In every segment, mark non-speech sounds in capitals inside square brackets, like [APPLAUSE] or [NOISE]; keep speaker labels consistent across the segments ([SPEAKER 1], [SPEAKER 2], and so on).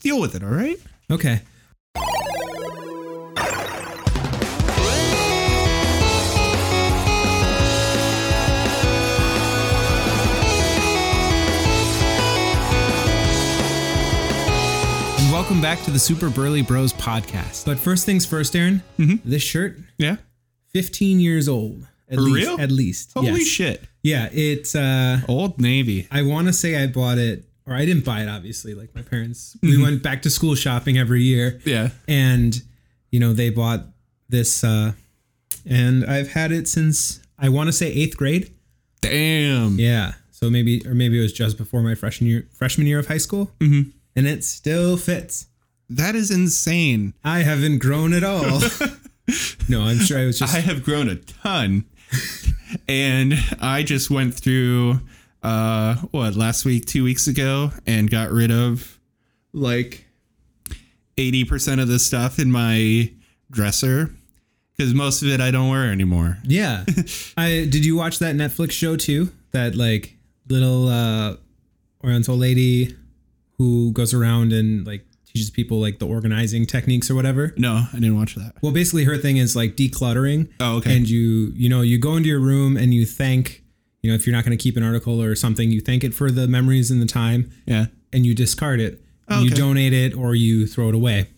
[SPEAKER 1] deal with it, all right?
[SPEAKER 2] Okay.
[SPEAKER 1] And welcome back to the Super Burly Bros podcast.
[SPEAKER 2] But first things first, Aaron. This shirt,
[SPEAKER 1] Yeah.
[SPEAKER 2] 15 years old. At
[SPEAKER 1] Mm-hmm. For
[SPEAKER 2] least,
[SPEAKER 1] real?
[SPEAKER 2] At least.
[SPEAKER 1] Holy
[SPEAKER 2] yes.
[SPEAKER 1] shit.
[SPEAKER 2] Yeah, it's. uh
[SPEAKER 1] Old Navy.
[SPEAKER 2] I want to say I bought it, or I didn't buy it. Obviously, like my parents,
[SPEAKER 1] Mm-hmm.
[SPEAKER 2] we went back to school shopping every year,
[SPEAKER 1] Yeah.
[SPEAKER 2] and you know they bought this, uh and I've had it since I want to say eighth grade.
[SPEAKER 1] Damn.
[SPEAKER 2] Yeah. So maybe, or maybe it was just before my freshman year, freshman year of high school, mm-hmm. and it still fits.
[SPEAKER 1] That is insane.
[SPEAKER 2] I haven't grown at all. no, I'm sure I was just
[SPEAKER 1] I have grown a [LAUGHS] ton. and I just went through uh what last week, 2 weeks ago and got rid of like 80% of the stuff in my dresser cuz most of it I don't wear anymore.
[SPEAKER 2] yeah. I did you watch that Netflix show too? That like little uh Oriental lady who goes around and like teaches people like the organizing techniques or whatever.
[SPEAKER 1] No, I didn't watch that.
[SPEAKER 2] Well, basically her thing is like decluttering.
[SPEAKER 1] Oh, okay.
[SPEAKER 2] And you you know you go into your room and you thank you know if you're not going to keep an article or something you thank it for the memories and the time
[SPEAKER 1] Yeah.
[SPEAKER 2] and you discard it.
[SPEAKER 1] Oh,
[SPEAKER 2] You
[SPEAKER 1] okay.
[SPEAKER 2] donate it or you throw it away.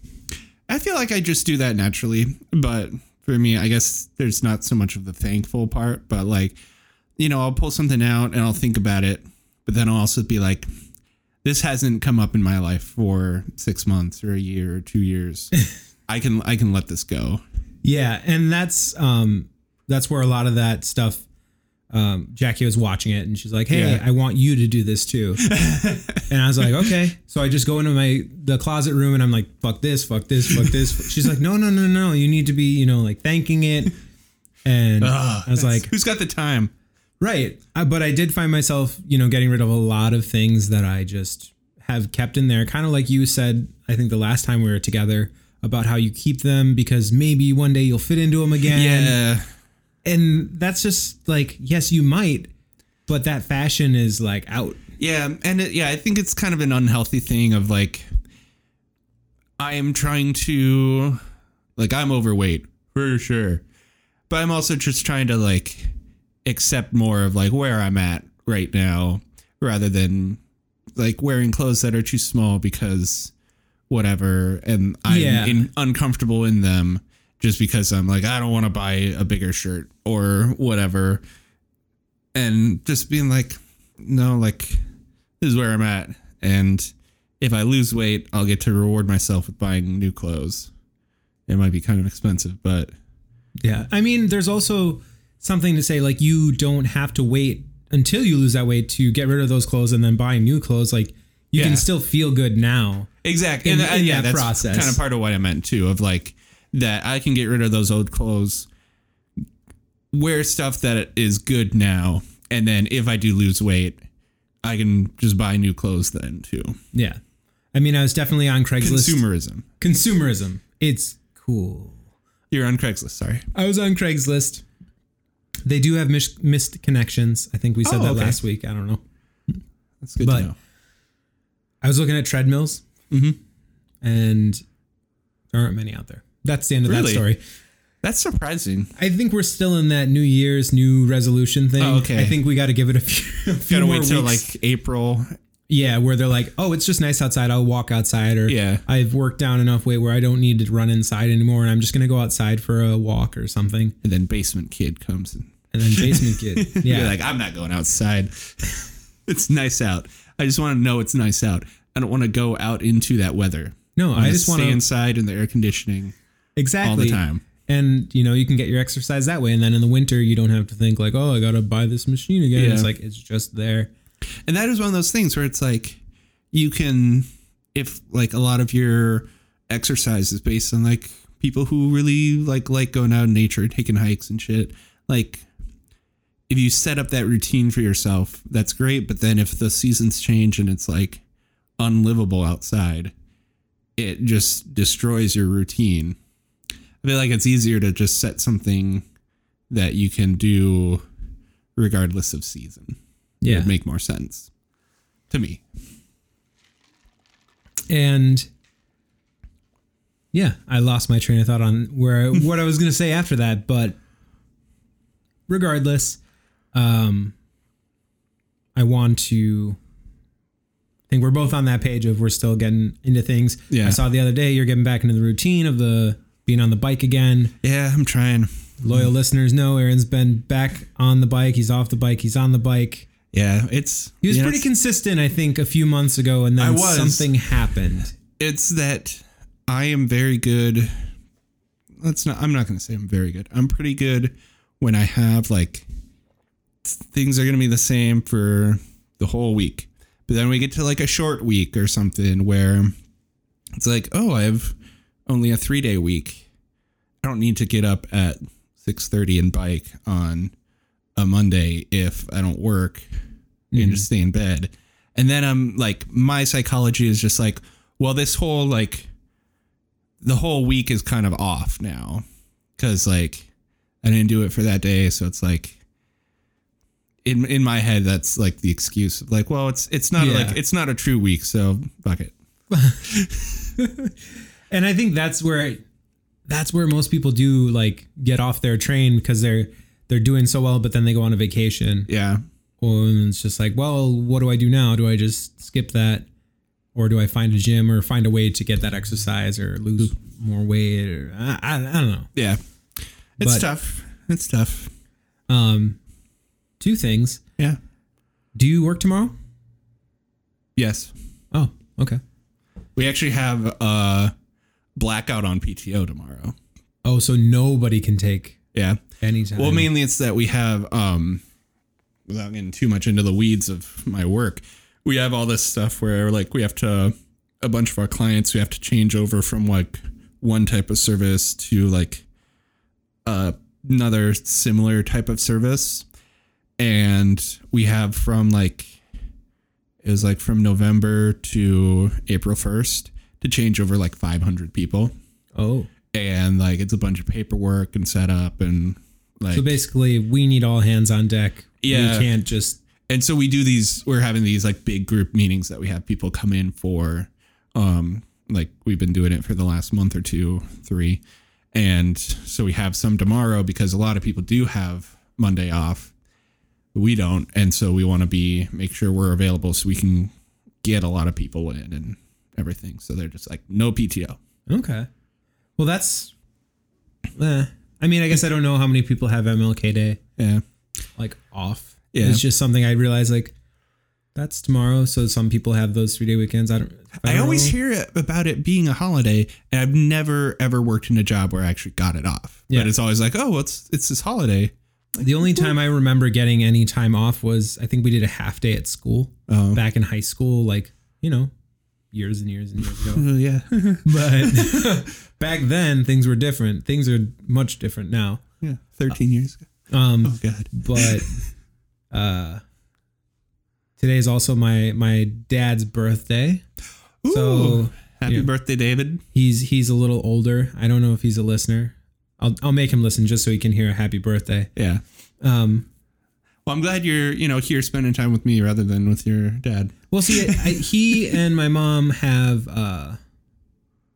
[SPEAKER 1] I feel like I just do that naturally, but for me, I guess there's not so much of the thankful part, but like, you know, I'll pull something out and I'll think about it, but then I'll also be like, this hasn't come up in my life for six months or a year or two years. I can I can let this go.
[SPEAKER 2] Yeah, and that's um that's where a lot of that stuff um Jackie was watching it and she's like, "Hey,
[SPEAKER 1] Yeah.
[SPEAKER 2] I want you to do this
[SPEAKER 1] [LAUGHS]
[SPEAKER 2] too." and I was like, "Okay." So I just go into my the closet room and I'm like, "Fuck this, fuck this, fuck this." She's like, "No, no, no, no. You need to be, you know, like thanking it." And
[SPEAKER 1] Ah,
[SPEAKER 2] I was like,
[SPEAKER 1] who's got the time?
[SPEAKER 2] Right. I, but I did find myself, you know, getting rid of a lot of things that I just have kept in there. Kind of like you said, I think the last time we were together about how you keep them because maybe one day you'll fit into them again.
[SPEAKER 1] Yeah.
[SPEAKER 2] And that's just like, yes, you might, but that fashion is like out.
[SPEAKER 1] Yeah, and it, yeah, I think it's kind of an unhealthy thing of like I am trying to like I'm overweight for sure. But I'm also just trying to like accept more of like where I'm at right now rather than like wearing clothes that are too small because whatever and I'm
[SPEAKER 2] Yeah.
[SPEAKER 1] in, uncomfortable in them just because I'm like I don't want to buy a bigger shirt or whatever and just being like no like this is where I'm at and if I lose weight I'll get to reward myself with buying new clothes. It might be kind of expensive, but
[SPEAKER 2] Yeah. I mean, there's also something to say like you don't have to wait until you lose that weight to get rid of those clothes and then buy new clothes. Like you
[SPEAKER 1] Yeah.
[SPEAKER 2] can still feel good now.
[SPEAKER 1] Exactly.
[SPEAKER 2] in-
[SPEAKER 1] and, uh,
[SPEAKER 2] in
[SPEAKER 1] yeah,
[SPEAKER 2] that
[SPEAKER 1] that's
[SPEAKER 2] process.
[SPEAKER 1] Kind of part of what I meant too, of like that I can get rid of those old clothes, wear stuff that is good now, and then if I do lose weight, I can just buy new clothes then too.
[SPEAKER 2] Yeah. I mean, I was definitely on Craigslist.
[SPEAKER 1] Consumerism.
[SPEAKER 2] consumerism. It's cool.
[SPEAKER 1] You're on Craigslist, sorry.
[SPEAKER 2] I was on Craigslist. They do have mis- missed connections. I think we said
[SPEAKER 1] Oh,
[SPEAKER 2] that
[SPEAKER 1] okay.
[SPEAKER 2] last week. I don't know.
[SPEAKER 1] That's good
[SPEAKER 2] But-
[SPEAKER 1] to know.
[SPEAKER 2] I was looking at treadmills,
[SPEAKER 1] Mm-hmm.
[SPEAKER 2] and there aren't many out there. That's the end of that
[SPEAKER 1] Really?
[SPEAKER 2] story.
[SPEAKER 1] That's surprising.
[SPEAKER 2] I think we're still in that New Year's new resolution thing.
[SPEAKER 1] Oh, okay.
[SPEAKER 2] I think we got to give it a few, [LAUGHS] a few
[SPEAKER 1] Gotta
[SPEAKER 2] more
[SPEAKER 1] wait till
[SPEAKER 2] weeks.
[SPEAKER 1] like April.
[SPEAKER 2] yeah, where they're like, oh, it's just nice outside. I'll walk outside, or
[SPEAKER 1] Yeah.
[SPEAKER 2] I've worked down enough weight where I don't need to run inside anymore, and I'm just gonna go outside for a walk or something.
[SPEAKER 1] And then basement kid comes and
[SPEAKER 2] And then
[SPEAKER 1] [LAUGHS]
[SPEAKER 2] basement kid, yeah,
[SPEAKER 1] you're like, I'm not going outside. [LAUGHS] it's nice out. I just want to know it's nice out. I don't want to go out into that weather.
[SPEAKER 2] No,
[SPEAKER 1] I
[SPEAKER 2] I just want
[SPEAKER 1] stay
[SPEAKER 2] to
[SPEAKER 1] inside in the air conditioning
[SPEAKER 2] exactly
[SPEAKER 1] all the time.
[SPEAKER 2] And you know, you can get your exercise that way. And then in the winter, you don't have to think like, oh, I gotta buy this machine again.
[SPEAKER 1] Yeah.
[SPEAKER 2] It's like it's just there.
[SPEAKER 1] And that is one of those things where it's like you can if like a lot of your exercise is based on like people who really like like going out in nature, taking hikes and shit, like if you set up that routine for yourself, that's great, but then if the seasons change and it's like unlivable outside, it just destroys your routine. I feel like it's easier to just set something that you can do regardless of season
[SPEAKER 2] Yeah.
[SPEAKER 1] would make more sense to me.
[SPEAKER 2] And Yeah, I lost my train of thought
[SPEAKER 1] [LAUGHS]
[SPEAKER 2] on where what I was going to say after that, but regardless, um, I want to I think we're both on that page of we're still getting into things.
[SPEAKER 1] Yeah.
[SPEAKER 2] I saw the other day you're getting back into the routine of the being on the bike again.
[SPEAKER 1] Yeah, I'm trying.
[SPEAKER 2] Loyal listeners know Aaron's been back on the bike. He's off the bike. He's on the bike.
[SPEAKER 1] Yeah, it's
[SPEAKER 2] He was
[SPEAKER 1] you know,
[SPEAKER 2] pretty
[SPEAKER 1] it's-
[SPEAKER 2] consistent, I think, a few months ago, and
[SPEAKER 1] I
[SPEAKER 2] then
[SPEAKER 1] was.
[SPEAKER 2] something happened.
[SPEAKER 1] it's that I am very good. Let's not. I'm not going to say I'm very good. I'm pretty good when I have like things are going to be the same for the whole week. But then we get to like a short week or something where it's like, oh, I have only a three day week. I don't need to get up at six thirty and bike on a Monday if I don't work and just stay in bed. And then I'm like, my psychology is just like, well, this whole like, the whole week is kind of off now because like I didn't do it for that day, so it's like. In, in my head, that's like the excuse. of, Like, well, it's it's not
[SPEAKER 2] Yeah.
[SPEAKER 1] like it's not a true week, so fuck it.
[SPEAKER 2] and I think that's where that's where most people do like get off their train because they're they're doing so well, but then they go on a vacation,
[SPEAKER 1] Yeah,
[SPEAKER 2] or it's just like, well, what do I do now? Do I just skip that, or do I find a gym or find a way to get that exercise or lose more weight? Or I, I, I don't know.
[SPEAKER 1] yeah, it's
[SPEAKER 2] But-
[SPEAKER 1] tough. It's tough.
[SPEAKER 2] Um, two things.
[SPEAKER 1] Yeah.
[SPEAKER 2] Do you work tomorrow?
[SPEAKER 1] Yes,
[SPEAKER 2] Oh, okay.
[SPEAKER 1] we actually have a blackout on PTO tomorrow.
[SPEAKER 2] Oh, so nobody can take
[SPEAKER 1] Yeah.
[SPEAKER 2] anytime.
[SPEAKER 1] Well, mainly it's that we have, um, without getting too much into the weeds of my work, we have all this stuff where like we have to, a bunch of our clients, we have to change over from like one type of service to like uh, another similar type of service. And we have from like, it was like from November to April 1st to change over like 500 people.
[SPEAKER 2] oh,
[SPEAKER 1] And like it's a bunch of paperwork and setup and like
[SPEAKER 2] so basically, we need all hands on deck.
[SPEAKER 1] Yeah.
[SPEAKER 2] we can't just
[SPEAKER 1] and so we do these we're having these like big group meetings that we have people come in for um like we've been doing it for the last month or two three and so we have some tomorrow because a lot of people do have monday off we don't and so we want to be make sure we're available so we can get a lot of people in and everything so they're just like no pto
[SPEAKER 2] Okay. Well, that's. Eh. I mean, I guess I don't know how many people have MLK Day
[SPEAKER 1] yeah
[SPEAKER 2] like off.
[SPEAKER 1] Yeah.
[SPEAKER 2] It's just something I realized like that's tomorrow. So some people have those three day weekends. I don't. I,
[SPEAKER 1] I
[SPEAKER 2] don't
[SPEAKER 1] always
[SPEAKER 2] know.
[SPEAKER 1] hear it- about it being a holiday, and I've never ever worked in a job where I actually got it off.
[SPEAKER 2] Yeah.
[SPEAKER 1] But it's always like, oh, well, it's it's this holiday.
[SPEAKER 2] the only time I remember getting any time off was I think we did a half day at school
[SPEAKER 1] Oh.
[SPEAKER 2] back in high school, like you know, years and years
[SPEAKER 1] [LAUGHS]
[SPEAKER 2] and years ago.
[SPEAKER 1] Oh yeah,
[SPEAKER 2] but back then things were different. Things are much different now.
[SPEAKER 1] yeah. Thirteen years ago.
[SPEAKER 2] Um,
[SPEAKER 1] Oh god.
[SPEAKER 2] but uh today is also my my dad's birthday
[SPEAKER 1] Ooh,
[SPEAKER 2] so
[SPEAKER 1] happy
[SPEAKER 2] yeah.
[SPEAKER 1] birthday, David.
[SPEAKER 2] he's he's a little older i don't know if he's a listener i'll, I'll make him listen just so he can hear a happy birthday
[SPEAKER 1] Yeah.
[SPEAKER 2] um
[SPEAKER 1] Well, I'm glad you're you know here spending time with me rather than with your dad.
[SPEAKER 2] well see I, I, he and my mom have uh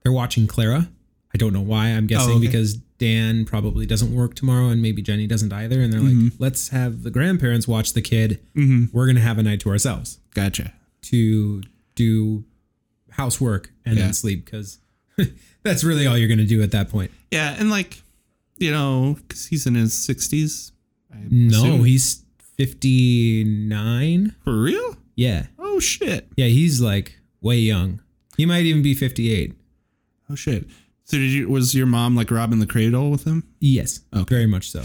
[SPEAKER 2] they're watching clara i don't know why i'm guessing
[SPEAKER 1] Oh, okay.
[SPEAKER 2] because dan probably doesn't work tomorrow and maybe jenny doesn't either and they're like
[SPEAKER 1] Mm-hmm.
[SPEAKER 2] let's have the grandparents watch the kid we're gonna have a night to ourselves
[SPEAKER 1] Gotcha.
[SPEAKER 2] to do housework and
[SPEAKER 1] Yeah.
[SPEAKER 2] then sleep because [LAUGHS] that's really all you're going to do at that point.
[SPEAKER 1] Yeah, and like, you know, because he's in his sixties.
[SPEAKER 2] No,
[SPEAKER 1] Soon.
[SPEAKER 2] he's 59.
[SPEAKER 1] For real?
[SPEAKER 2] Yeah.
[SPEAKER 1] Oh shit.
[SPEAKER 2] Yeah, he's like way young. He might even be 58.
[SPEAKER 1] Oh shit. So did you? Was your mom like robbing the cradle with him?
[SPEAKER 2] Yes, very much so.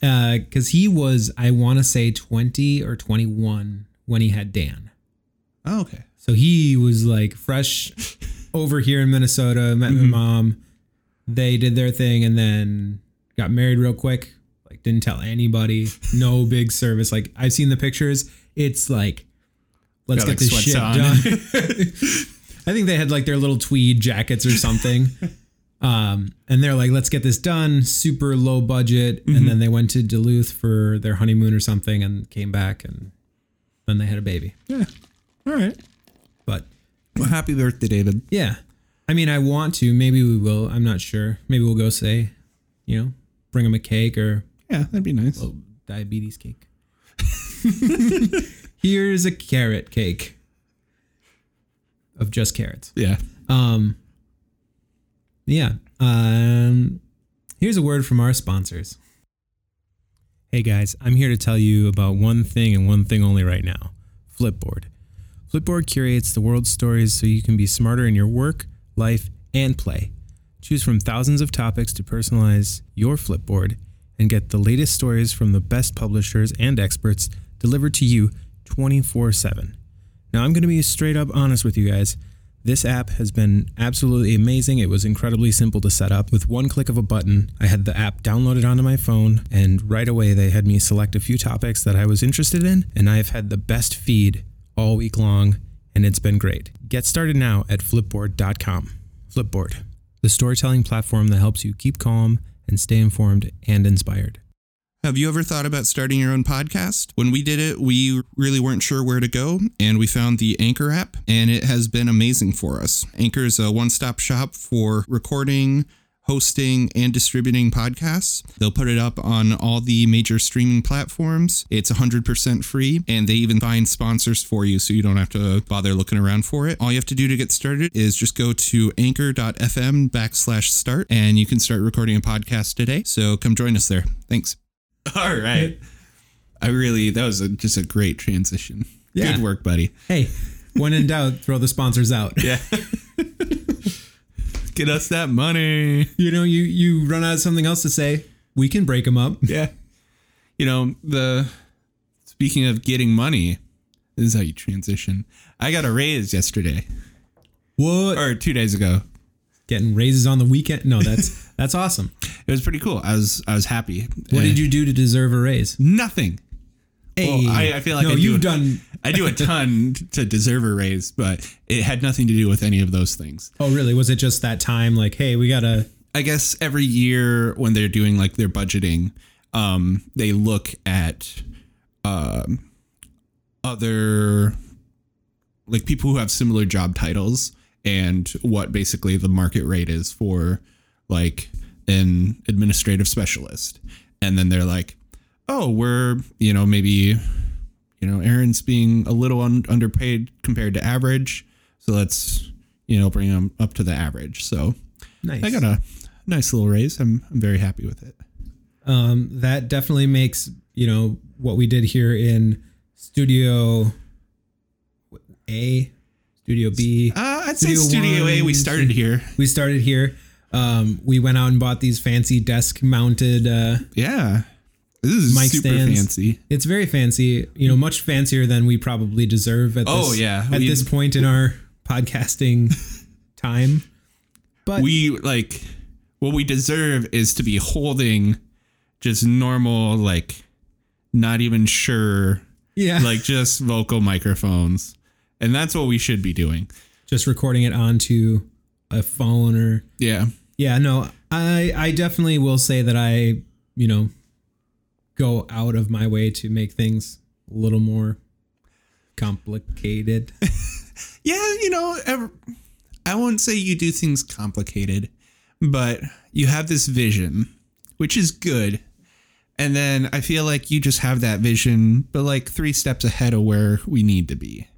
[SPEAKER 2] Because he was, I want to say, 20 or 21 when he had Dan.
[SPEAKER 1] Oh okay.
[SPEAKER 2] So he was like
[SPEAKER 1] [LAUGHS]
[SPEAKER 2] fresh over here in Minnesota, met
[SPEAKER 1] Mm-hmm.
[SPEAKER 2] my mom. They did their thing and then got married real quick. Like didn't
[SPEAKER 1] [LAUGHS]
[SPEAKER 2] tell anybody. No big service. Like I've seen the pictures. It's like let's
[SPEAKER 1] Got,
[SPEAKER 2] get
[SPEAKER 1] like,
[SPEAKER 2] this
[SPEAKER 1] sweats
[SPEAKER 2] shit
[SPEAKER 1] on.
[SPEAKER 2] done. [LAUGHS] I think they had like their little tweed jackets
[SPEAKER 1] [LAUGHS]
[SPEAKER 2] or something. Um, and they're like, let's get this done, super low budget.
[SPEAKER 1] Mm-hmm.
[SPEAKER 2] And then they went to Duluth for their honeymoon or something and came back and then they had a baby.
[SPEAKER 1] Yeah. All right.
[SPEAKER 2] But
[SPEAKER 1] Well, happy birthday, David.
[SPEAKER 2] yeah. I mean, I want to. Maybe we will. I'm not sure. Maybe we'll go say, you know, bring them a cake or
[SPEAKER 1] Yeah, that'd be nice.
[SPEAKER 2] oh, diabetes cake. Here's a carrot cake of just carrots.
[SPEAKER 1] yeah.
[SPEAKER 2] Um, yeah. Um, here's a word from our sponsors. Hey guys, I'm here to tell you about one thing and one thing only right now Flipboard. Flipboard curates the world's stories so you can be smarter in your work, life, and play. Choose from thousands of topics to personalize your Flipboard and get the latest stories from the best publishers and experts delivered to you 24 7. Now, I'm going to be straight up honest with you guys. This app has been absolutely amazing. It was incredibly simple to set up. With one click of a button, I had the app downloaded onto my phone, and right away they had me select a few topics that I was interested in, and I've had the best feed all week long, and it's been great. Get started now at flipboard.com. Flipboard, the storytelling platform that helps you keep calm and stay informed and inspired.
[SPEAKER 1] Have you ever thought about starting your own podcast? When we did it, we really weren't sure where to go, and we found the Anchor app, and it has been amazing for us. Anchor is a one stop shop for recording, hosting, and distributing podcasts. They'll put it up on all the major streaming platforms. It's 100% free, and they even find sponsors for you so you don't have to bother looking around for it. All you have to do to get started is just go to anchor.fm backslash start, and you can start recording a podcast today. So come join us there. Thanks. [LAUGHS] All right. I really that was a, just a great transition.
[SPEAKER 2] Yeah.
[SPEAKER 1] Good work, buddy.
[SPEAKER 2] Hey, when [LAUGHS] in doubt, throw the sponsors out.
[SPEAKER 1] Yeah. Get us that money.
[SPEAKER 2] You know, you you run out of something else to say, we can break them up.
[SPEAKER 1] Yeah. You know, the speaking of getting money, this is how you transition. I got a raise yesterday
[SPEAKER 2] What?
[SPEAKER 1] or 2 days ago.
[SPEAKER 2] getting raises on the weekend. No, [LAUGHS] that's that's awesome.
[SPEAKER 1] It was pretty cool. I was I was happy.
[SPEAKER 2] What
[SPEAKER 1] Uh,
[SPEAKER 2] did you do to deserve a raise?
[SPEAKER 1] Nothing. Well,
[SPEAKER 2] Hey.
[SPEAKER 1] I, I feel like
[SPEAKER 2] no,
[SPEAKER 1] I do-
[SPEAKER 2] you've done.
[SPEAKER 1] I do a ton [LAUGHS] to deserve a raise, but it had nothing to do with any of those things.
[SPEAKER 2] Oh, really? Was it just that time? Like, hey, we gotta.
[SPEAKER 1] I guess every year when they're doing like their budgeting, um, they look at um, other like people who have similar job titles and what basically the market rate is for like an administrative specialist. And then they're like, oh, we're, you know, maybe you know, Aaron's being a little un- underpaid compared to average. So let's, you know, bring him up to the average. So
[SPEAKER 2] Nice.
[SPEAKER 1] I got a nice little raise. I'm I'm very happy with it.
[SPEAKER 2] Um, that definitely makes you know what we did here in Studio A, Studio B.
[SPEAKER 1] Uh, I'd
[SPEAKER 2] Studio
[SPEAKER 1] say Studio A.
[SPEAKER 2] one,
[SPEAKER 1] We started here.
[SPEAKER 2] We started here. Um, we went out and bought these fancy desk mounted. Uh,
[SPEAKER 1] Yeah, this is
[SPEAKER 2] Mic
[SPEAKER 1] super
[SPEAKER 2] stands.
[SPEAKER 1] fancy.
[SPEAKER 2] it's very fancy, you know, much fancier than we probably deserve at
[SPEAKER 1] Oh,
[SPEAKER 2] this,
[SPEAKER 1] yeah.
[SPEAKER 2] at
[SPEAKER 1] We-
[SPEAKER 2] this point in our podcasting
[SPEAKER 1] [LAUGHS]
[SPEAKER 2] time. But
[SPEAKER 1] We like what we deserve is to be holding just normal, like not even sure,
[SPEAKER 2] yeah,
[SPEAKER 1] like just [LAUGHS] vocal microphones, and that's what we should be doing.
[SPEAKER 2] just recording it onto a phone or
[SPEAKER 1] Yeah,
[SPEAKER 2] yeah, no, I I definitely will say that I you know go out of my way to make things a little more complicated.
[SPEAKER 1] yeah. You know, ev- I won't say you do things complicated, but you have this vision, which is good. And then I feel like you just have that vision, but like three steps ahead of where we need to be.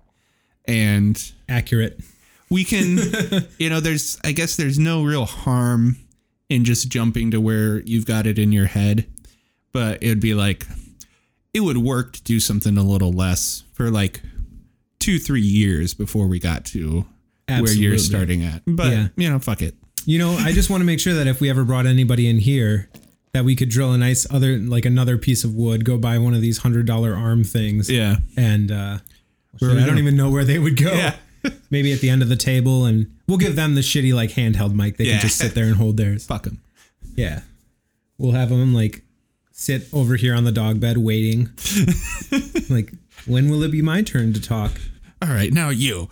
[SPEAKER 1] And
[SPEAKER 2] Accurate.
[SPEAKER 1] we can, [LAUGHS] you know, there's, I guess there's no real harm in just jumping to where you've got it in your head, but it'd be like, it would work to do something a little less for like two, three years before we got to where
[SPEAKER 2] Absolutely.
[SPEAKER 1] you're starting at. But,
[SPEAKER 2] Yeah.
[SPEAKER 1] you know, fuck it.
[SPEAKER 2] You know, I just want to make sure that if we ever brought anybody in here, that we could drill a nice other like another piece of wood, go buy one of these hundred dollar arm things,
[SPEAKER 1] Yeah.
[SPEAKER 2] and uh,
[SPEAKER 1] Where
[SPEAKER 2] shit,
[SPEAKER 1] we
[SPEAKER 2] I don't
[SPEAKER 1] gonna-
[SPEAKER 2] even know where they would go.
[SPEAKER 1] Yeah.
[SPEAKER 2] [LAUGHS] Maybe at the end of the table, and we'll give them the shitty like handheld mic. They
[SPEAKER 1] Yeah.
[SPEAKER 2] can just
[SPEAKER 1] [LAUGHS]
[SPEAKER 2] sit there and hold theirs.
[SPEAKER 1] Fuck them.
[SPEAKER 2] Yeah, we'll have them like sit over here on the dog
[SPEAKER 1] [LAUGHS]
[SPEAKER 2] bed waiting. like, when will it be my turn to talk?
[SPEAKER 1] All right. Now you.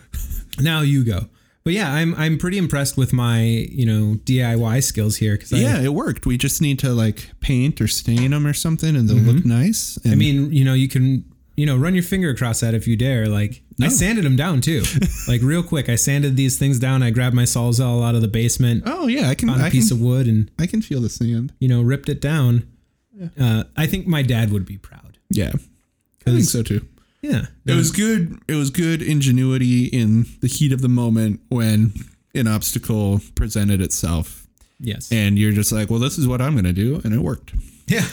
[SPEAKER 2] Now you go. But yeah, I'm I'm pretty impressed with my you know DIY skills here because I,
[SPEAKER 1] Yeah, it worked. We Mm-hmm. just need to like paint or stain them or something, and they'll look nice. And
[SPEAKER 2] I mean, you know, you can you know, run your finger across that if you dare. Like I
[SPEAKER 1] No.
[SPEAKER 2] sanded them
[SPEAKER 1] [LAUGHS]
[SPEAKER 2] down too, like real quick. I sanded these things down. I grabbed my Sawzall out of the basement,
[SPEAKER 1] Oh yeah, I can.
[SPEAKER 2] found a
[SPEAKER 1] I
[SPEAKER 2] piece
[SPEAKER 1] can,
[SPEAKER 2] of wood, and
[SPEAKER 1] I can feel the sand.
[SPEAKER 2] you know, ripped it down. Uh, I think my dad would be proud.
[SPEAKER 1] Yeah, I think so too.
[SPEAKER 2] Yeah,
[SPEAKER 1] It was good. It was good ingenuity in the heat of the moment when an obstacle presented itself,
[SPEAKER 2] yes,
[SPEAKER 1] and you're just like, "Well, this is what I'm going to do," and it worked.
[SPEAKER 2] yeah.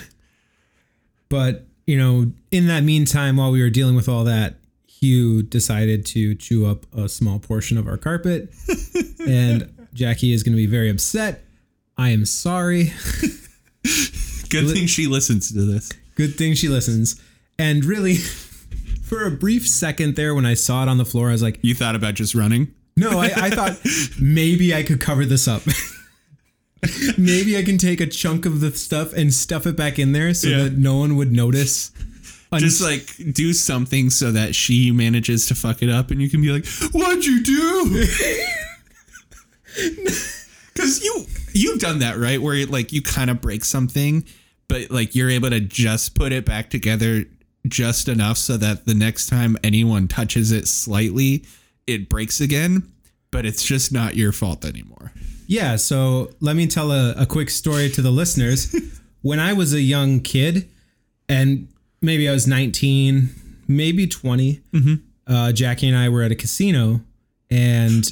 [SPEAKER 2] But you know, in that meantime, while we were dealing with all that, Hugh decided to chew up a small portion of our carpet,
[SPEAKER 1] [LAUGHS]
[SPEAKER 2] and Jackie is going to be very upset. I am sorry.
[SPEAKER 1] Good thing she listens to this.
[SPEAKER 2] Good thing she listens. And really, [LAUGHS] for a brief second there, when I saw it on the floor, I was like,
[SPEAKER 1] You thought about just running.
[SPEAKER 2] no, I,
[SPEAKER 1] [LAUGHS]
[SPEAKER 2] I thought maybe I could cover this up. [LAUGHS] maybe I can take a chunk of the stuff and stuff it back in there so
[SPEAKER 1] Yeah.
[SPEAKER 2] that no one would notice.
[SPEAKER 1] Just like do something so that she manages to fuck it up, and you can be like, "What'd you [LAUGHS] do?" Because you you've done that right, where it, like you kind of break something, but like you're able to just put it back together just enough so that the next time anyone touches it slightly, it breaks again. But it's just not your fault anymore.
[SPEAKER 2] Yeah, so let me tell a, a quick story to
[SPEAKER 1] [LAUGHS]
[SPEAKER 2] the listeners. when I was a young kid, and maybe I was 19, maybe 20,
[SPEAKER 1] Mm-hmm.
[SPEAKER 2] uh, Jackie and I were at a casino, and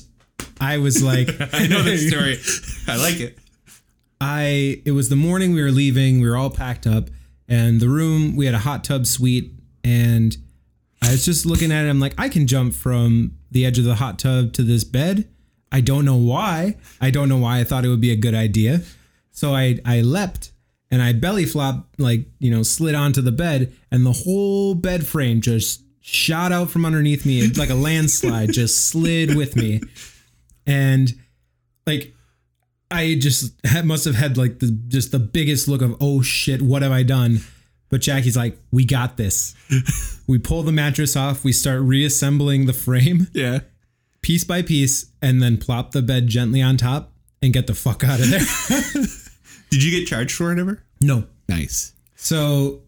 [SPEAKER 2] I was
[SPEAKER 1] [LAUGHS]
[SPEAKER 2] like,
[SPEAKER 1] [LAUGHS] I know this story. [LAUGHS] I like it.
[SPEAKER 2] I it was the morning we were leaving, we were all packed up, and the room we had a hot tub suite, and I was just looking at it. I'm like, I can jump from the edge of the hot tub to this bed. I don't know why. I don't know why I thought it would be a good idea. So I I leapt and I belly flopped, like, you know, slid onto the bed, and the whole bed frame just shot out from underneath me like a landslide, just slid with me. And like I just had, must have had like the just the biggest look of oh shit, what have I done? But Jackie's like, we got this. we pull the mattress off, we start reassembling the frame [LAUGHS]
[SPEAKER 1] Yeah.
[SPEAKER 2] piece by piece, and then plop the bed gently on top and get the fuck out of there.
[SPEAKER 1] Did you get charged for it ever?
[SPEAKER 2] no,
[SPEAKER 1] Nice.
[SPEAKER 2] So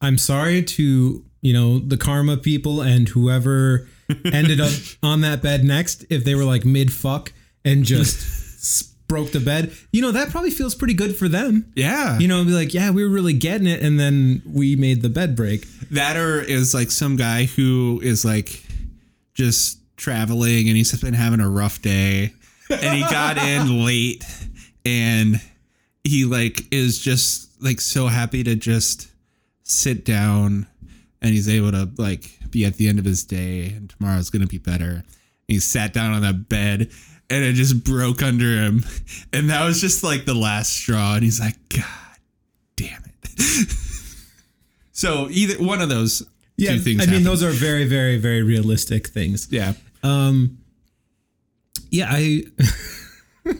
[SPEAKER 2] I'm sorry to, you know, the karma people and whoever ended up on that bed next if they were like mid fuck and just s- broke the bed. You know, that probably feels pretty good for them.
[SPEAKER 1] Yeah.
[SPEAKER 2] You know, be like, yeah, we were really getting it and then we made the bed break.
[SPEAKER 1] That or is like some guy who is like just traveling and he's been having a rough day and he got
[SPEAKER 2] [LAUGHS]
[SPEAKER 1] in late and he like is just like so happy to just sit down and he's able to like be at the end of his day and tomorrow's gonna be better. And he sat down on that bed and it just broke under him. And that was just like the last straw. And he's like, God damn it. [LAUGHS] so either one of those
[SPEAKER 2] Yeah,
[SPEAKER 1] two things.
[SPEAKER 2] I mean,
[SPEAKER 1] happened.
[SPEAKER 2] those are very, very, very realistic things. Um,
[SPEAKER 1] Yeah.
[SPEAKER 2] Yeah, I. [LAUGHS]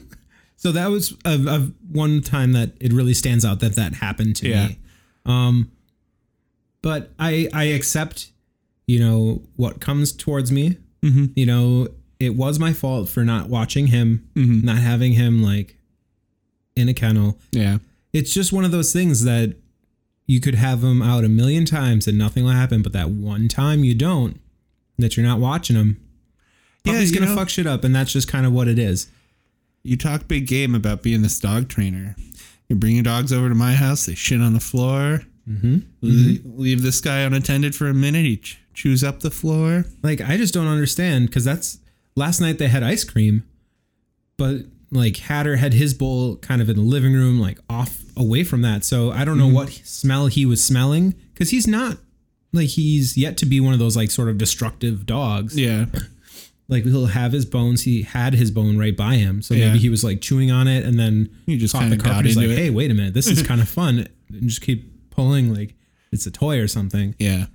[SPEAKER 2] so that was of, of one time that it really stands out that that happened to
[SPEAKER 1] Yeah.
[SPEAKER 2] me. Um, but I I accept, you know, what comes towards me.
[SPEAKER 1] Mm-hmm.
[SPEAKER 2] You know, it was my fault for not watching him,
[SPEAKER 1] Mm-hmm.
[SPEAKER 2] not having him like in a kennel.
[SPEAKER 1] Yeah.
[SPEAKER 2] It's just one of those things that you could have him out a million times and nothing will happen, but that one time you don't, that you're not watching him.
[SPEAKER 1] Yeah,
[SPEAKER 2] Puppy's
[SPEAKER 1] you
[SPEAKER 2] gonna
[SPEAKER 1] know-
[SPEAKER 2] fuck shit up, and that's just kind of what it is.
[SPEAKER 1] You talk big game about being this dog trainer. You bring your dogs over to my house, they shit on the floor. Mm-hmm. Leave this guy unattended for a minute. He ch- chews up the floor.
[SPEAKER 2] Like I just don't understand because that's last night they had ice cream, but like Hatter had his bowl kind of in the living room, like off away from that. So I
[SPEAKER 1] Mm-hmm.
[SPEAKER 2] don't know what smell he was smelling because he's not like he's yet to be one of those like sort of destructive dogs.
[SPEAKER 1] Yeah.
[SPEAKER 2] Like he'll have his bones. He had his bone right by him, so
[SPEAKER 1] Yeah.
[SPEAKER 2] maybe he was like chewing on it and then
[SPEAKER 1] He just
[SPEAKER 2] caught the
[SPEAKER 1] kinda got
[SPEAKER 2] carpet. He's like,
[SPEAKER 1] into it.
[SPEAKER 2] hey, wait a minute, this
[SPEAKER 1] [LAUGHS]
[SPEAKER 2] is kind of fun, and just keep pulling like it's a toy or something.
[SPEAKER 1] Yeah. [LAUGHS]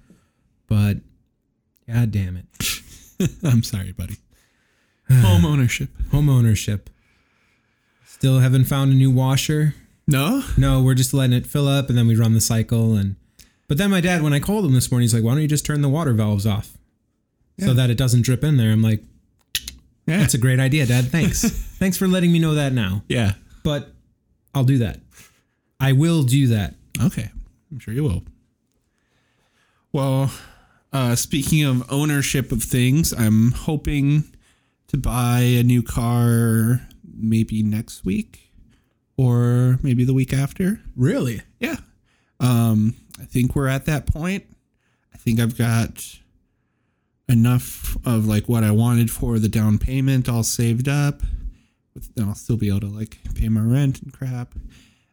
[SPEAKER 2] But god damn it.
[SPEAKER 1] I'm sorry, [SIGHS] buddy. Home ownership.
[SPEAKER 2] Home ownership. Still haven't found a new washer.
[SPEAKER 1] No?
[SPEAKER 2] No, we're just letting it fill up and then we run the cycle and but then my dad when I called him this morning he's like, "Why don't you just turn the water valves off?" So that it doesn't drip in there. I'm like,
[SPEAKER 1] Yeah.
[SPEAKER 2] "That's a great idea, dad.
[SPEAKER 1] [LAUGHS]
[SPEAKER 2] Thanks. Thanks for letting me know that now."
[SPEAKER 1] yeah.
[SPEAKER 2] But I'll do that. I will do that.
[SPEAKER 1] Okay. I'm sure you will. Well, Uh, speaking of ownership of things, I'm hoping to buy a new car maybe next week or maybe the week after.
[SPEAKER 2] Really?
[SPEAKER 1] Yeah. Um, I think we're at that point. I think I've got enough of like what I wanted for the down payment all saved up. With- Then I'll still be able to like pay my rent and crap.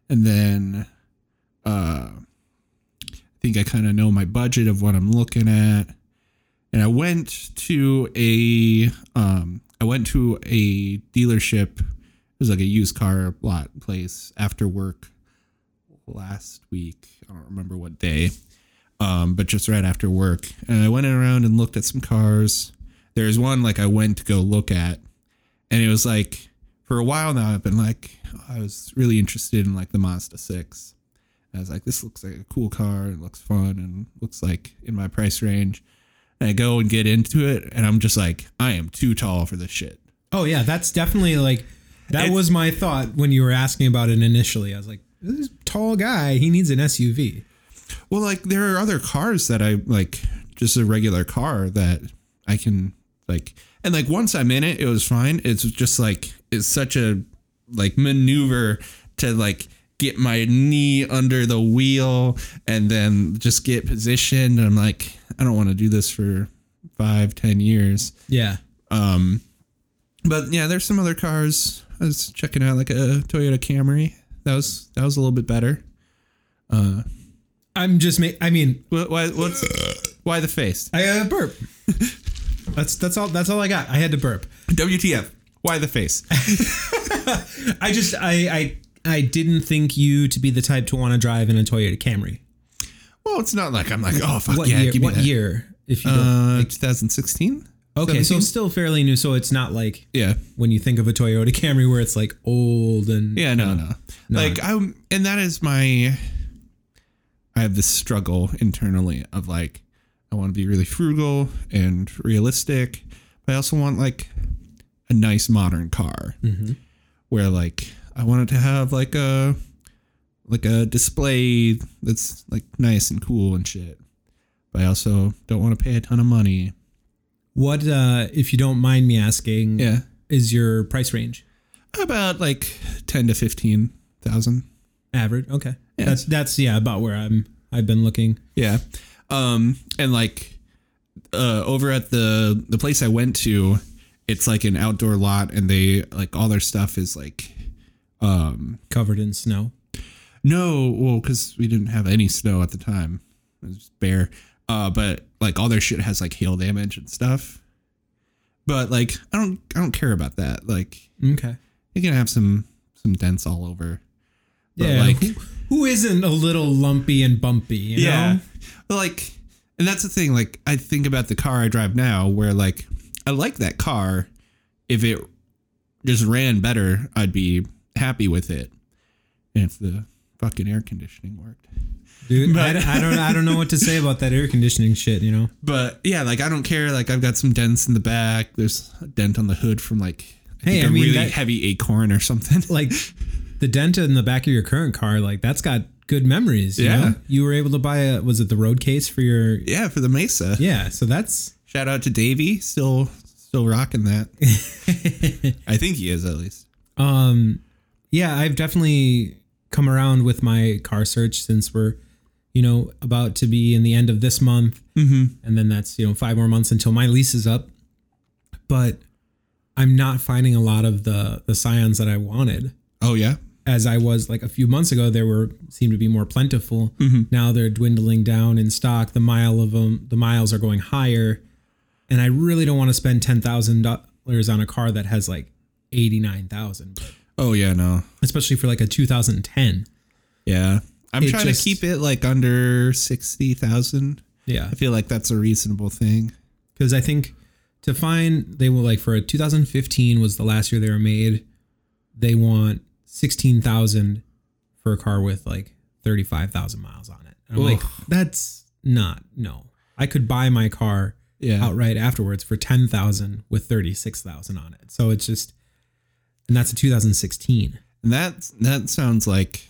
[SPEAKER 1] And then uh I think I kind of know my budget of what I'm looking at. And I went to a um I went to a dealership. It was like a used car lot place after work last week. I don't remember what day, um, but just right after work. And I went around and looked at some cars. There's one like I went to go look at, and it was like for a while now I've been like I was really interested in like the Mazda six. I was like, this looks like a cool car. It looks fun and looks like in my price range. And I go and get into it, and I'm just like, I am too tall for this shit.
[SPEAKER 2] Oh yeah, that's definitely like that
[SPEAKER 1] It's-
[SPEAKER 2] was my thought when you were asking about it initially. I was like, this is a tall guy, he needs an SUV.
[SPEAKER 1] Well, like there are other cars that I like, just a regular car that I can like, and like once I'm in it, it was fine. It's just like it's such a like maneuver to like get my knee under the wheel and then just get positioned. And I'm like, I don't want to do this for five, ten years.
[SPEAKER 2] Yeah.
[SPEAKER 1] Um, but yeah, there's some other cars. I was checking out like a Toyota Camry. That was that was a little bit better.
[SPEAKER 2] I'm just ma- I mean,
[SPEAKER 1] What, why, what's why the face?
[SPEAKER 2] I uh, burp. [LAUGHS] that's that's all that's all I got. I had to burp.
[SPEAKER 1] WTF? Why the face?
[SPEAKER 2] I just I I I didn't think you to be the type to want to drive in a Toyota Camry.
[SPEAKER 1] well, it's not like I'm like, oh fuck
[SPEAKER 2] What
[SPEAKER 1] yeah,
[SPEAKER 2] year?
[SPEAKER 1] give me
[SPEAKER 2] What
[SPEAKER 1] that.
[SPEAKER 2] year? If you don't,
[SPEAKER 1] Uh, 2016.
[SPEAKER 2] okay, so
[SPEAKER 1] 17?
[SPEAKER 2] still fairly new. So it's not like
[SPEAKER 1] yeah,
[SPEAKER 2] when you think of a Toyota Camry where it's like old and
[SPEAKER 1] yeah, no, no, Like I'm, and that is my. I have this struggle internally of like, I want to be really frugal and realistic, but I also want like a nice modern car,
[SPEAKER 2] Mm-hmm.
[SPEAKER 1] where like I want it to have like a like a display that's like nice and cool and shit. But I also don't want to pay a ton of money.
[SPEAKER 2] What uh if you don't mind me asking
[SPEAKER 1] Yeah.
[SPEAKER 2] is your price range?
[SPEAKER 1] About like ten to fifteen thousand.
[SPEAKER 2] Average. Okay.
[SPEAKER 1] Yeah.
[SPEAKER 2] That's that's yeah, about where I'm I've been looking.
[SPEAKER 1] Yeah. Um and like uh over at the the place I went to, it's like an outdoor lot and they like all their stuff is like um
[SPEAKER 2] Covered in snow.
[SPEAKER 1] no, well cuz we didn't have any snow at the time. It was just bare. Uh but like all their shit has like hail damage and stuff. But like I don't I don't care about that. Like
[SPEAKER 2] Okay.
[SPEAKER 1] you can have some some dents all over. But,
[SPEAKER 2] Yeah.
[SPEAKER 1] like-
[SPEAKER 2] who, who isn't a little lumpy and bumpy, you know?
[SPEAKER 1] But, like, and that's the thing. Like, I think about the car I drive now, where like I like that car. If it just ran better, I'd be happy with it. And if the fucking air conditioning worked.
[SPEAKER 2] Dude, I, I don't I don't know what to say about that air conditioning shit, you know.
[SPEAKER 1] But yeah, like I don't care. Like I've got some dents in the back. There's a dent on the hood from like I
[SPEAKER 2] Hey,
[SPEAKER 1] think
[SPEAKER 2] I
[SPEAKER 1] a
[SPEAKER 2] mean,
[SPEAKER 1] really
[SPEAKER 2] that-
[SPEAKER 1] heavy acorn or something.
[SPEAKER 2] [LAUGHS] Like the dent in the back of your current car, like that's got good memories, you
[SPEAKER 1] Yeah.
[SPEAKER 2] know? You were able to buy a was it the road case for your
[SPEAKER 1] yeah, for the Mesa.
[SPEAKER 2] Yeah, so that's
[SPEAKER 1] Shout out to Davey, still still rocking
[SPEAKER 2] [LAUGHS]
[SPEAKER 1] that. I think he is at least.
[SPEAKER 2] Um, yeah, I've definitely come around with my car search since we're, you know, about to be in the end of this month, mm-hmm. and then that's you know five more months until my lease is up. But I'm not finding a lot of the the scions that I wanted,
[SPEAKER 1] Oh yeah,
[SPEAKER 2] as I was like a few months ago. There were seemed to be more plentiful. Now they're dwindling down in stock. The mile of them, the miles are going higher, and I really don't want to spend ten thousand dollars on a car that has like eighty nine thousand
[SPEAKER 1] oh yeah, no.
[SPEAKER 2] especially for like a 2010.
[SPEAKER 1] Yeah. I'm
[SPEAKER 2] It
[SPEAKER 1] trying
[SPEAKER 2] just-
[SPEAKER 1] to keep it like under 60,000.
[SPEAKER 2] Yeah,
[SPEAKER 1] I feel like that's a reasonable thing.
[SPEAKER 2] because I think to find they will like for a 2015 was the last year they were made. They want 16,000 for a car with like 35,000 miles on it. And I'm like, that's not no. I could buy my car
[SPEAKER 1] Yeah.
[SPEAKER 2] outright afterwards for 10,000 with 36,000 on it. So it's just, and that's a 2016.
[SPEAKER 1] And that that sounds like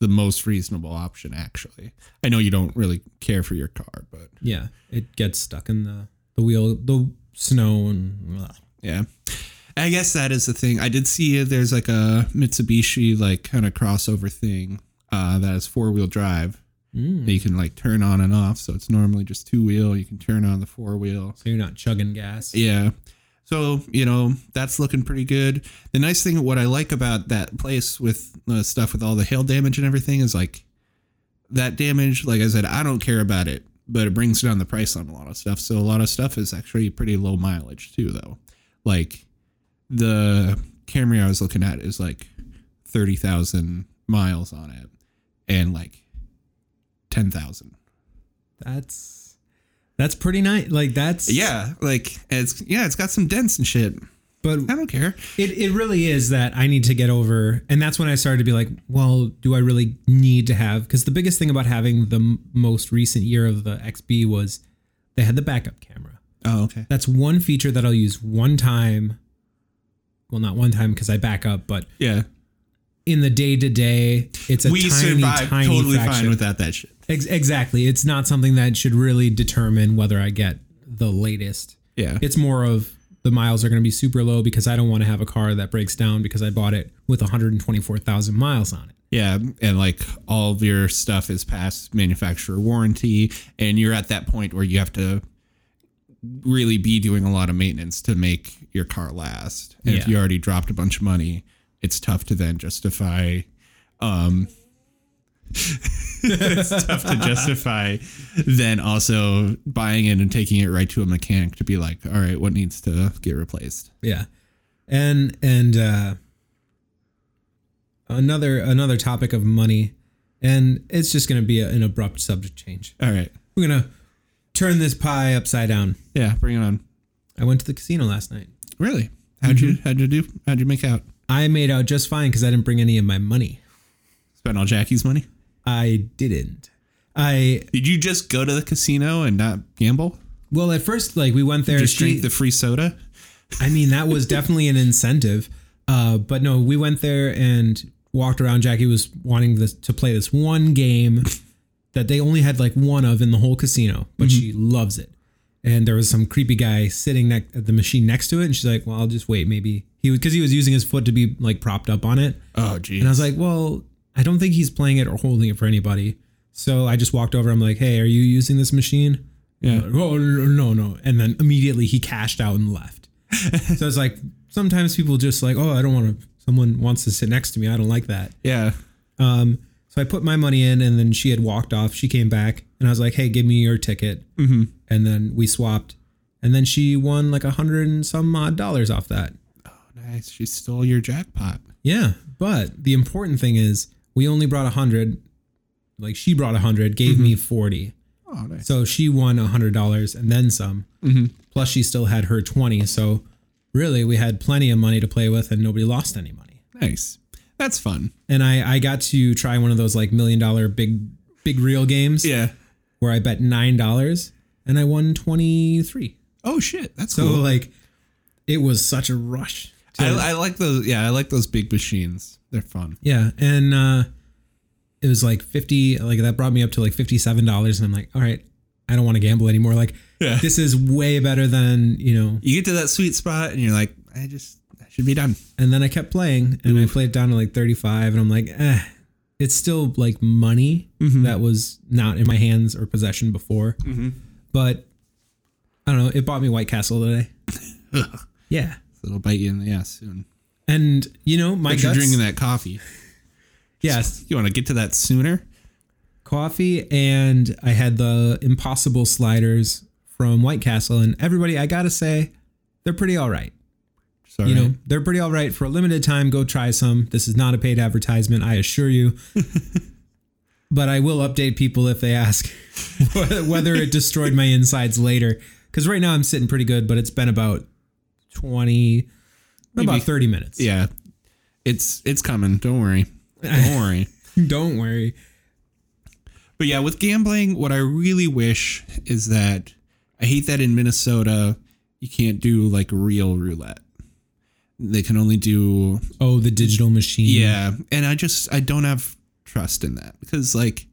[SPEAKER 1] the most reasonable option, actually. I know you don't really care for your car, but
[SPEAKER 2] Yeah, it gets stuck in the the wheel, the snow, and ugh.
[SPEAKER 1] yeah. I guess that is the thing. I did see there's like a Mitsubishi like kind of crossover thing uh, that has four wheel drive that
[SPEAKER 2] Mm.
[SPEAKER 1] you can like turn on and off. So it's normally just two wheel. You can turn on the four wheel.
[SPEAKER 2] so you're not chugging gas.
[SPEAKER 1] Yeah. So, you know, that's looking pretty good. The nice thing, what I like about that place with uh, stuff with all the hail damage and everything is like that damage, like I said, I don't care about it, but it brings down the price on a lot of stuff. So, a lot of stuff is actually pretty low mileage too, though. Like the Camry I was looking at is like 30,000 miles on it and like 10,000.
[SPEAKER 2] That's that's pretty nice. Like that's
[SPEAKER 1] Yeah. Like, it's, yeah, it's got some dents and shit.
[SPEAKER 2] But
[SPEAKER 1] I don't care.
[SPEAKER 2] it it really is that I need to get over, and that's when I started to be like, well, do I really need to have? Because the biggest thing about having the m- most recent year of the XB was they had the backup camera.
[SPEAKER 1] Oh, okay.
[SPEAKER 2] That's one feature that I'll use one time. Well, not one time because I back up, but
[SPEAKER 1] Yeah.
[SPEAKER 2] in the day to day, it's a
[SPEAKER 1] we
[SPEAKER 2] tiny,
[SPEAKER 1] survive
[SPEAKER 2] tiny
[SPEAKER 1] totally
[SPEAKER 2] fraction.
[SPEAKER 1] fine without that shit.
[SPEAKER 2] Ex- exactly. It's not something that should really determine whether I get the latest.
[SPEAKER 1] Yeah.
[SPEAKER 2] It's more of the miles are going to be super low because I don't want to have a car that breaks down because I bought it with 124,000 miles on it.
[SPEAKER 1] yeah. And like all of your stuff is past manufacturer warranty. And you're at that point where you have to really be doing a lot of maintenance to make your car last. And if
[SPEAKER 2] Yeah.
[SPEAKER 1] you already dropped a bunch of money, it's tough to then justify. Um, [LAUGHS] it's tough to justify then also buying it and taking it right to a mechanic to be like, all right, what needs to get replaced?
[SPEAKER 2] Yeah. And and uh another another topic of money and it's just going to be a, an abrupt subject change.
[SPEAKER 1] All right.
[SPEAKER 2] We're going to turn this pie upside down.
[SPEAKER 1] Yeah. Bring it on.
[SPEAKER 2] I went to the casino last night.
[SPEAKER 1] Really? How'd you how'd you do? How'd you make out?
[SPEAKER 2] I made out just fine cuz I didn't bring any of my money.
[SPEAKER 1] Spend all Jackie's money?
[SPEAKER 2] I didn't. I
[SPEAKER 1] Did you just go to the casino and not gamble?
[SPEAKER 2] well at first like we went there
[SPEAKER 1] Just
[SPEAKER 2] she-
[SPEAKER 1] drink the free soda?
[SPEAKER 2] I mean, that was definitely an incentive. Uh, but no, we went there and walked around. Jackie was wanting this, to play this one game that they only had like one of in the whole casino, but she loves it. And there was some creepy guy sitting next at the machine next to it, and she's like, "Well, I'll just wait. Maybe he was because he was using his foot to be like propped up on it."
[SPEAKER 1] Oh geez.
[SPEAKER 2] And I was like, well, I don't think he's playing it or holding it for anybody. So I just walked over. I'm like, hey, are you using this machine?
[SPEAKER 1] Yeah.
[SPEAKER 2] Like, oh, no, no, no. And then immediately he cashed out and left. so it's like, sometimes people just like, oh, I don't want to, someone wants to sit next to me. I don't like that.
[SPEAKER 1] yeah.
[SPEAKER 2] Um, so I put my money in and then she had walked off. She came back and I was like, hey, give me your ticket. Mm-hmm. And then we swapped. And then she won like a hundred and some odd dollars off that.
[SPEAKER 1] Nice. She stole your jackpot.
[SPEAKER 2] Yeah, but the important thing is we only brought a hundred. Like she brought a hundred, gave me
[SPEAKER 1] Mm-hmm.
[SPEAKER 2] forty,
[SPEAKER 1] Oh nice.
[SPEAKER 2] so she won a hundred dollars and then some. Mm-hmm. Plus, she still had her twenty, so really we had plenty of money to play with, and nobody lost any money.
[SPEAKER 1] Nice. That's fun.
[SPEAKER 2] And I I got to try one of those like million dollar big big reel games
[SPEAKER 1] Yeah.
[SPEAKER 2] where I bet nine dollars and I won twenty three.
[SPEAKER 1] Oh shit. That's
[SPEAKER 2] So
[SPEAKER 1] cool.
[SPEAKER 2] like, it was such a rush. to-
[SPEAKER 1] I, I like those yeah, I like those big machines. They're fun.
[SPEAKER 2] Yeah, and uh it was like 50 like that brought me up to like $57 and I'm like, "All right, I don't want to gamble anymore." Like
[SPEAKER 1] Yeah.
[SPEAKER 2] this is way better than, you know.
[SPEAKER 1] You get to that sweet spot and you're like, I just I should be done.
[SPEAKER 2] And then I kept playing and
[SPEAKER 1] Mm-hmm.
[SPEAKER 2] I played down to like 35 and I'm like, "Eh, it's still like money
[SPEAKER 1] Mm-hmm.
[SPEAKER 2] that was not in my hands or possession before." But I don't know, it bought me White Castle
[SPEAKER 1] [LAUGHS]
[SPEAKER 2] today. yeah.
[SPEAKER 1] It'll bite you in the ass soon.
[SPEAKER 2] And you know, my
[SPEAKER 1] But you're
[SPEAKER 2] guts-
[SPEAKER 1] drinking that coffee.
[SPEAKER 2] Yes.
[SPEAKER 1] You wanna get to that sooner?
[SPEAKER 2] coffee and I had the impossible sliders from White Castle and everybody I got to say they're pretty all right.
[SPEAKER 1] Sorry.
[SPEAKER 2] you know, they're pretty all right for a limited time. Go try some. This is not a paid advertisement, I assure you.
[SPEAKER 1] [LAUGHS]
[SPEAKER 2] but I will update people if they ask [LAUGHS] whether it destroyed my insides later cuz right now I'm sitting pretty good, but it's been about 20
[SPEAKER 1] Maybe.
[SPEAKER 2] about 30 minutes.
[SPEAKER 1] Yeah. It's it's coming. Don't worry. Don't worry.
[SPEAKER 2] Don't worry.
[SPEAKER 1] But yeah, with gambling, what I really wish is that I hate that in Minnesota you can't do like real roulette. They can only do
[SPEAKER 2] Oh, the digital machine.
[SPEAKER 1] yeah, and I just I don't have trust in that because like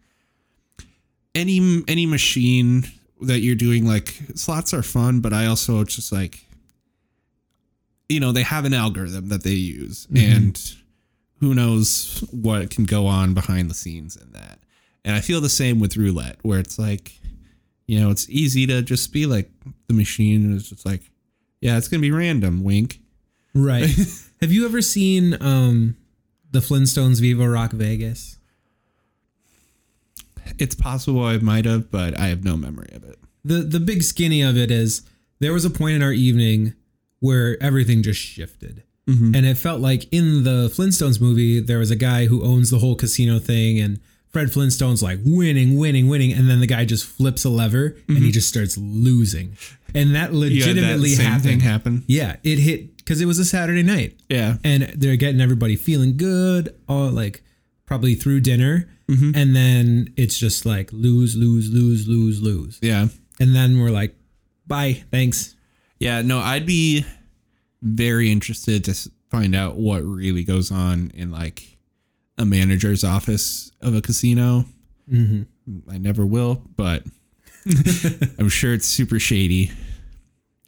[SPEAKER 1] any any machine that you're doing like slots are fun, but I also just like you know, they have an algorithm that they use
[SPEAKER 2] Mhm.
[SPEAKER 1] and who knows what can go on behind the scenes in that. And I feel the same with roulette where it's like you know, it's easy to just be like the machine is just like yeah, it's going to be random, wink. [LAUGHS]
[SPEAKER 2] Right. Have you ever seen um the Flintstones Viva Rock Vegas?
[SPEAKER 1] It's possible I might have, but I have no memory of it.
[SPEAKER 2] The the big skinny of it is there was a point in our evening where everything just shifted.
[SPEAKER 1] Mm-hmm.
[SPEAKER 2] And it felt like in the Flintstones movie, there was a guy who owns the whole casino thing, and Fred Flintstone's like winning, winning, winning. And then the guy just flips a lever and he just starts losing. And that
[SPEAKER 1] Mm-hmm. Yeah, that
[SPEAKER 2] legitimately
[SPEAKER 1] same thing
[SPEAKER 2] happened.
[SPEAKER 1] happen.
[SPEAKER 2] yeah, it hit because it was a Saturday night
[SPEAKER 1] Yeah.
[SPEAKER 2] and they're getting everybody feeling good, all like probably through dinner.
[SPEAKER 1] Mm-hmm.
[SPEAKER 2] And then it's just like lose, lose, lose, lose, lose.
[SPEAKER 1] Yeah.
[SPEAKER 2] And then we're like, bye, thanks.
[SPEAKER 1] Yeah, no, I'd be very interested to s- find out what really goes on in like a manager's office of a casino. Mm-hmm. I never will, [LAUGHS] but I'm sure it's super shady.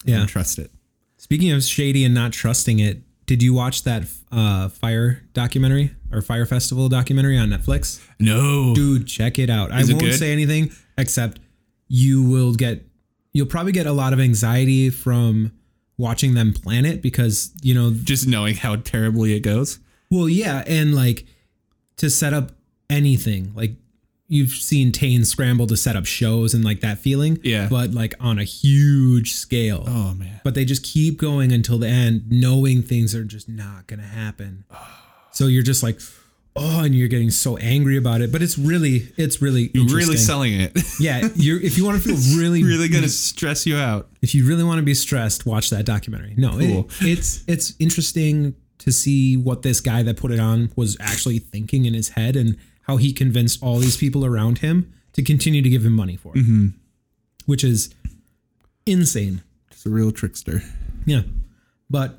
[SPEAKER 2] Yeah.
[SPEAKER 1] Don't trust it.
[SPEAKER 2] Speaking of shady and not trusting it, did you watch that uh, fire documentary or fire festival documentary on Netflix?
[SPEAKER 1] No.
[SPEAKER 2] Dude, check it out.
[SPEAKER 1] Is
[SPEAKER 2] I
[SPEAKER 1] it
[SPEAKER 2] won't
[SPEAKER 1] good?
[SPEAKER 2] say anything except you will get you'll probably get a lot of anxiety from watching them plan it because you know
[SPEAKER 1] Just knowing how terribly it goes.
[SPEAKER 2] well yeah and like to set up anything like you've seen Tane scramble to set up shows and like that feeling
[SPEAKER 1] Yeah.
[SPEAKER 2] but like on a huge scale
[SPEAKER 1] Oh man.
[SPEAKER 2] but they just keep going until the end, knowing things are just not going
[SPEAKER 1] [SIGHS]
[SPEAKER 2] to happen. So you're just like, oh, and you're getting so angry about it. But it's really, it's really,
[SPEAKER 1] You're really
[SPEAKER 2] interesting.
[SPEAKER 1] selling it. [LAUGHS]
[SPEAKER 2] Yeah, you're if you want to feel really,
[SPEAKER 1] really [LAUGHS] gonna stress you out.
[SPEAKER 2] if you really want to be stressed, watch that documentary. No, it-
[SPEAKER 1] Cool.
[SPEAKER 2] it's it's interesting to see what this guy that put it on was actually thinking in his head and how he convinced all these people around him to continue to give him money for it, which is insane.
[SPEAKER 1] Just a real trickster.
[SPEAKER 2] Yeah. But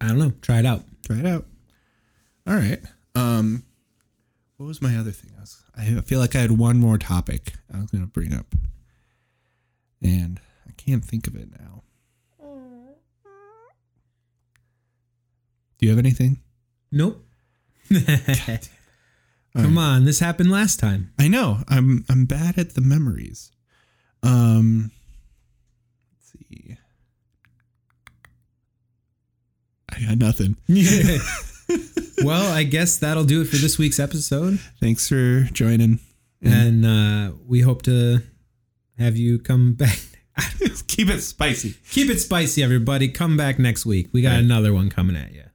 [SPEAKER 2] I don't know. Try it out.
[SPEAKER 1] Try it out. All right. Um, what was my other thing? I, was, I feel like I had one more topic I was going to bring up, and I can't think of it now. Do you have anything?
[SPEAKER 2] Nope. Come on. This happened last time.
[SPEAKER 1] I know I'm I'm bad at the memories. Um, let's see. I got nothing.
[SPEAKER 2] well, I guess that'll do it for this week's episode.
[SPEAKER 1] Thanks for joining.
[SPEAKER 2] And uh, we hope to have you come back.
[SPEAKER 1] [LAUGHS]
[SPEAKER 2] [LAUGHS]
[SPEAKER 1] Keep it spicy.
[SPEAKER 2] Keep it spicy, everybody. Come back next week. We got another one coming at you.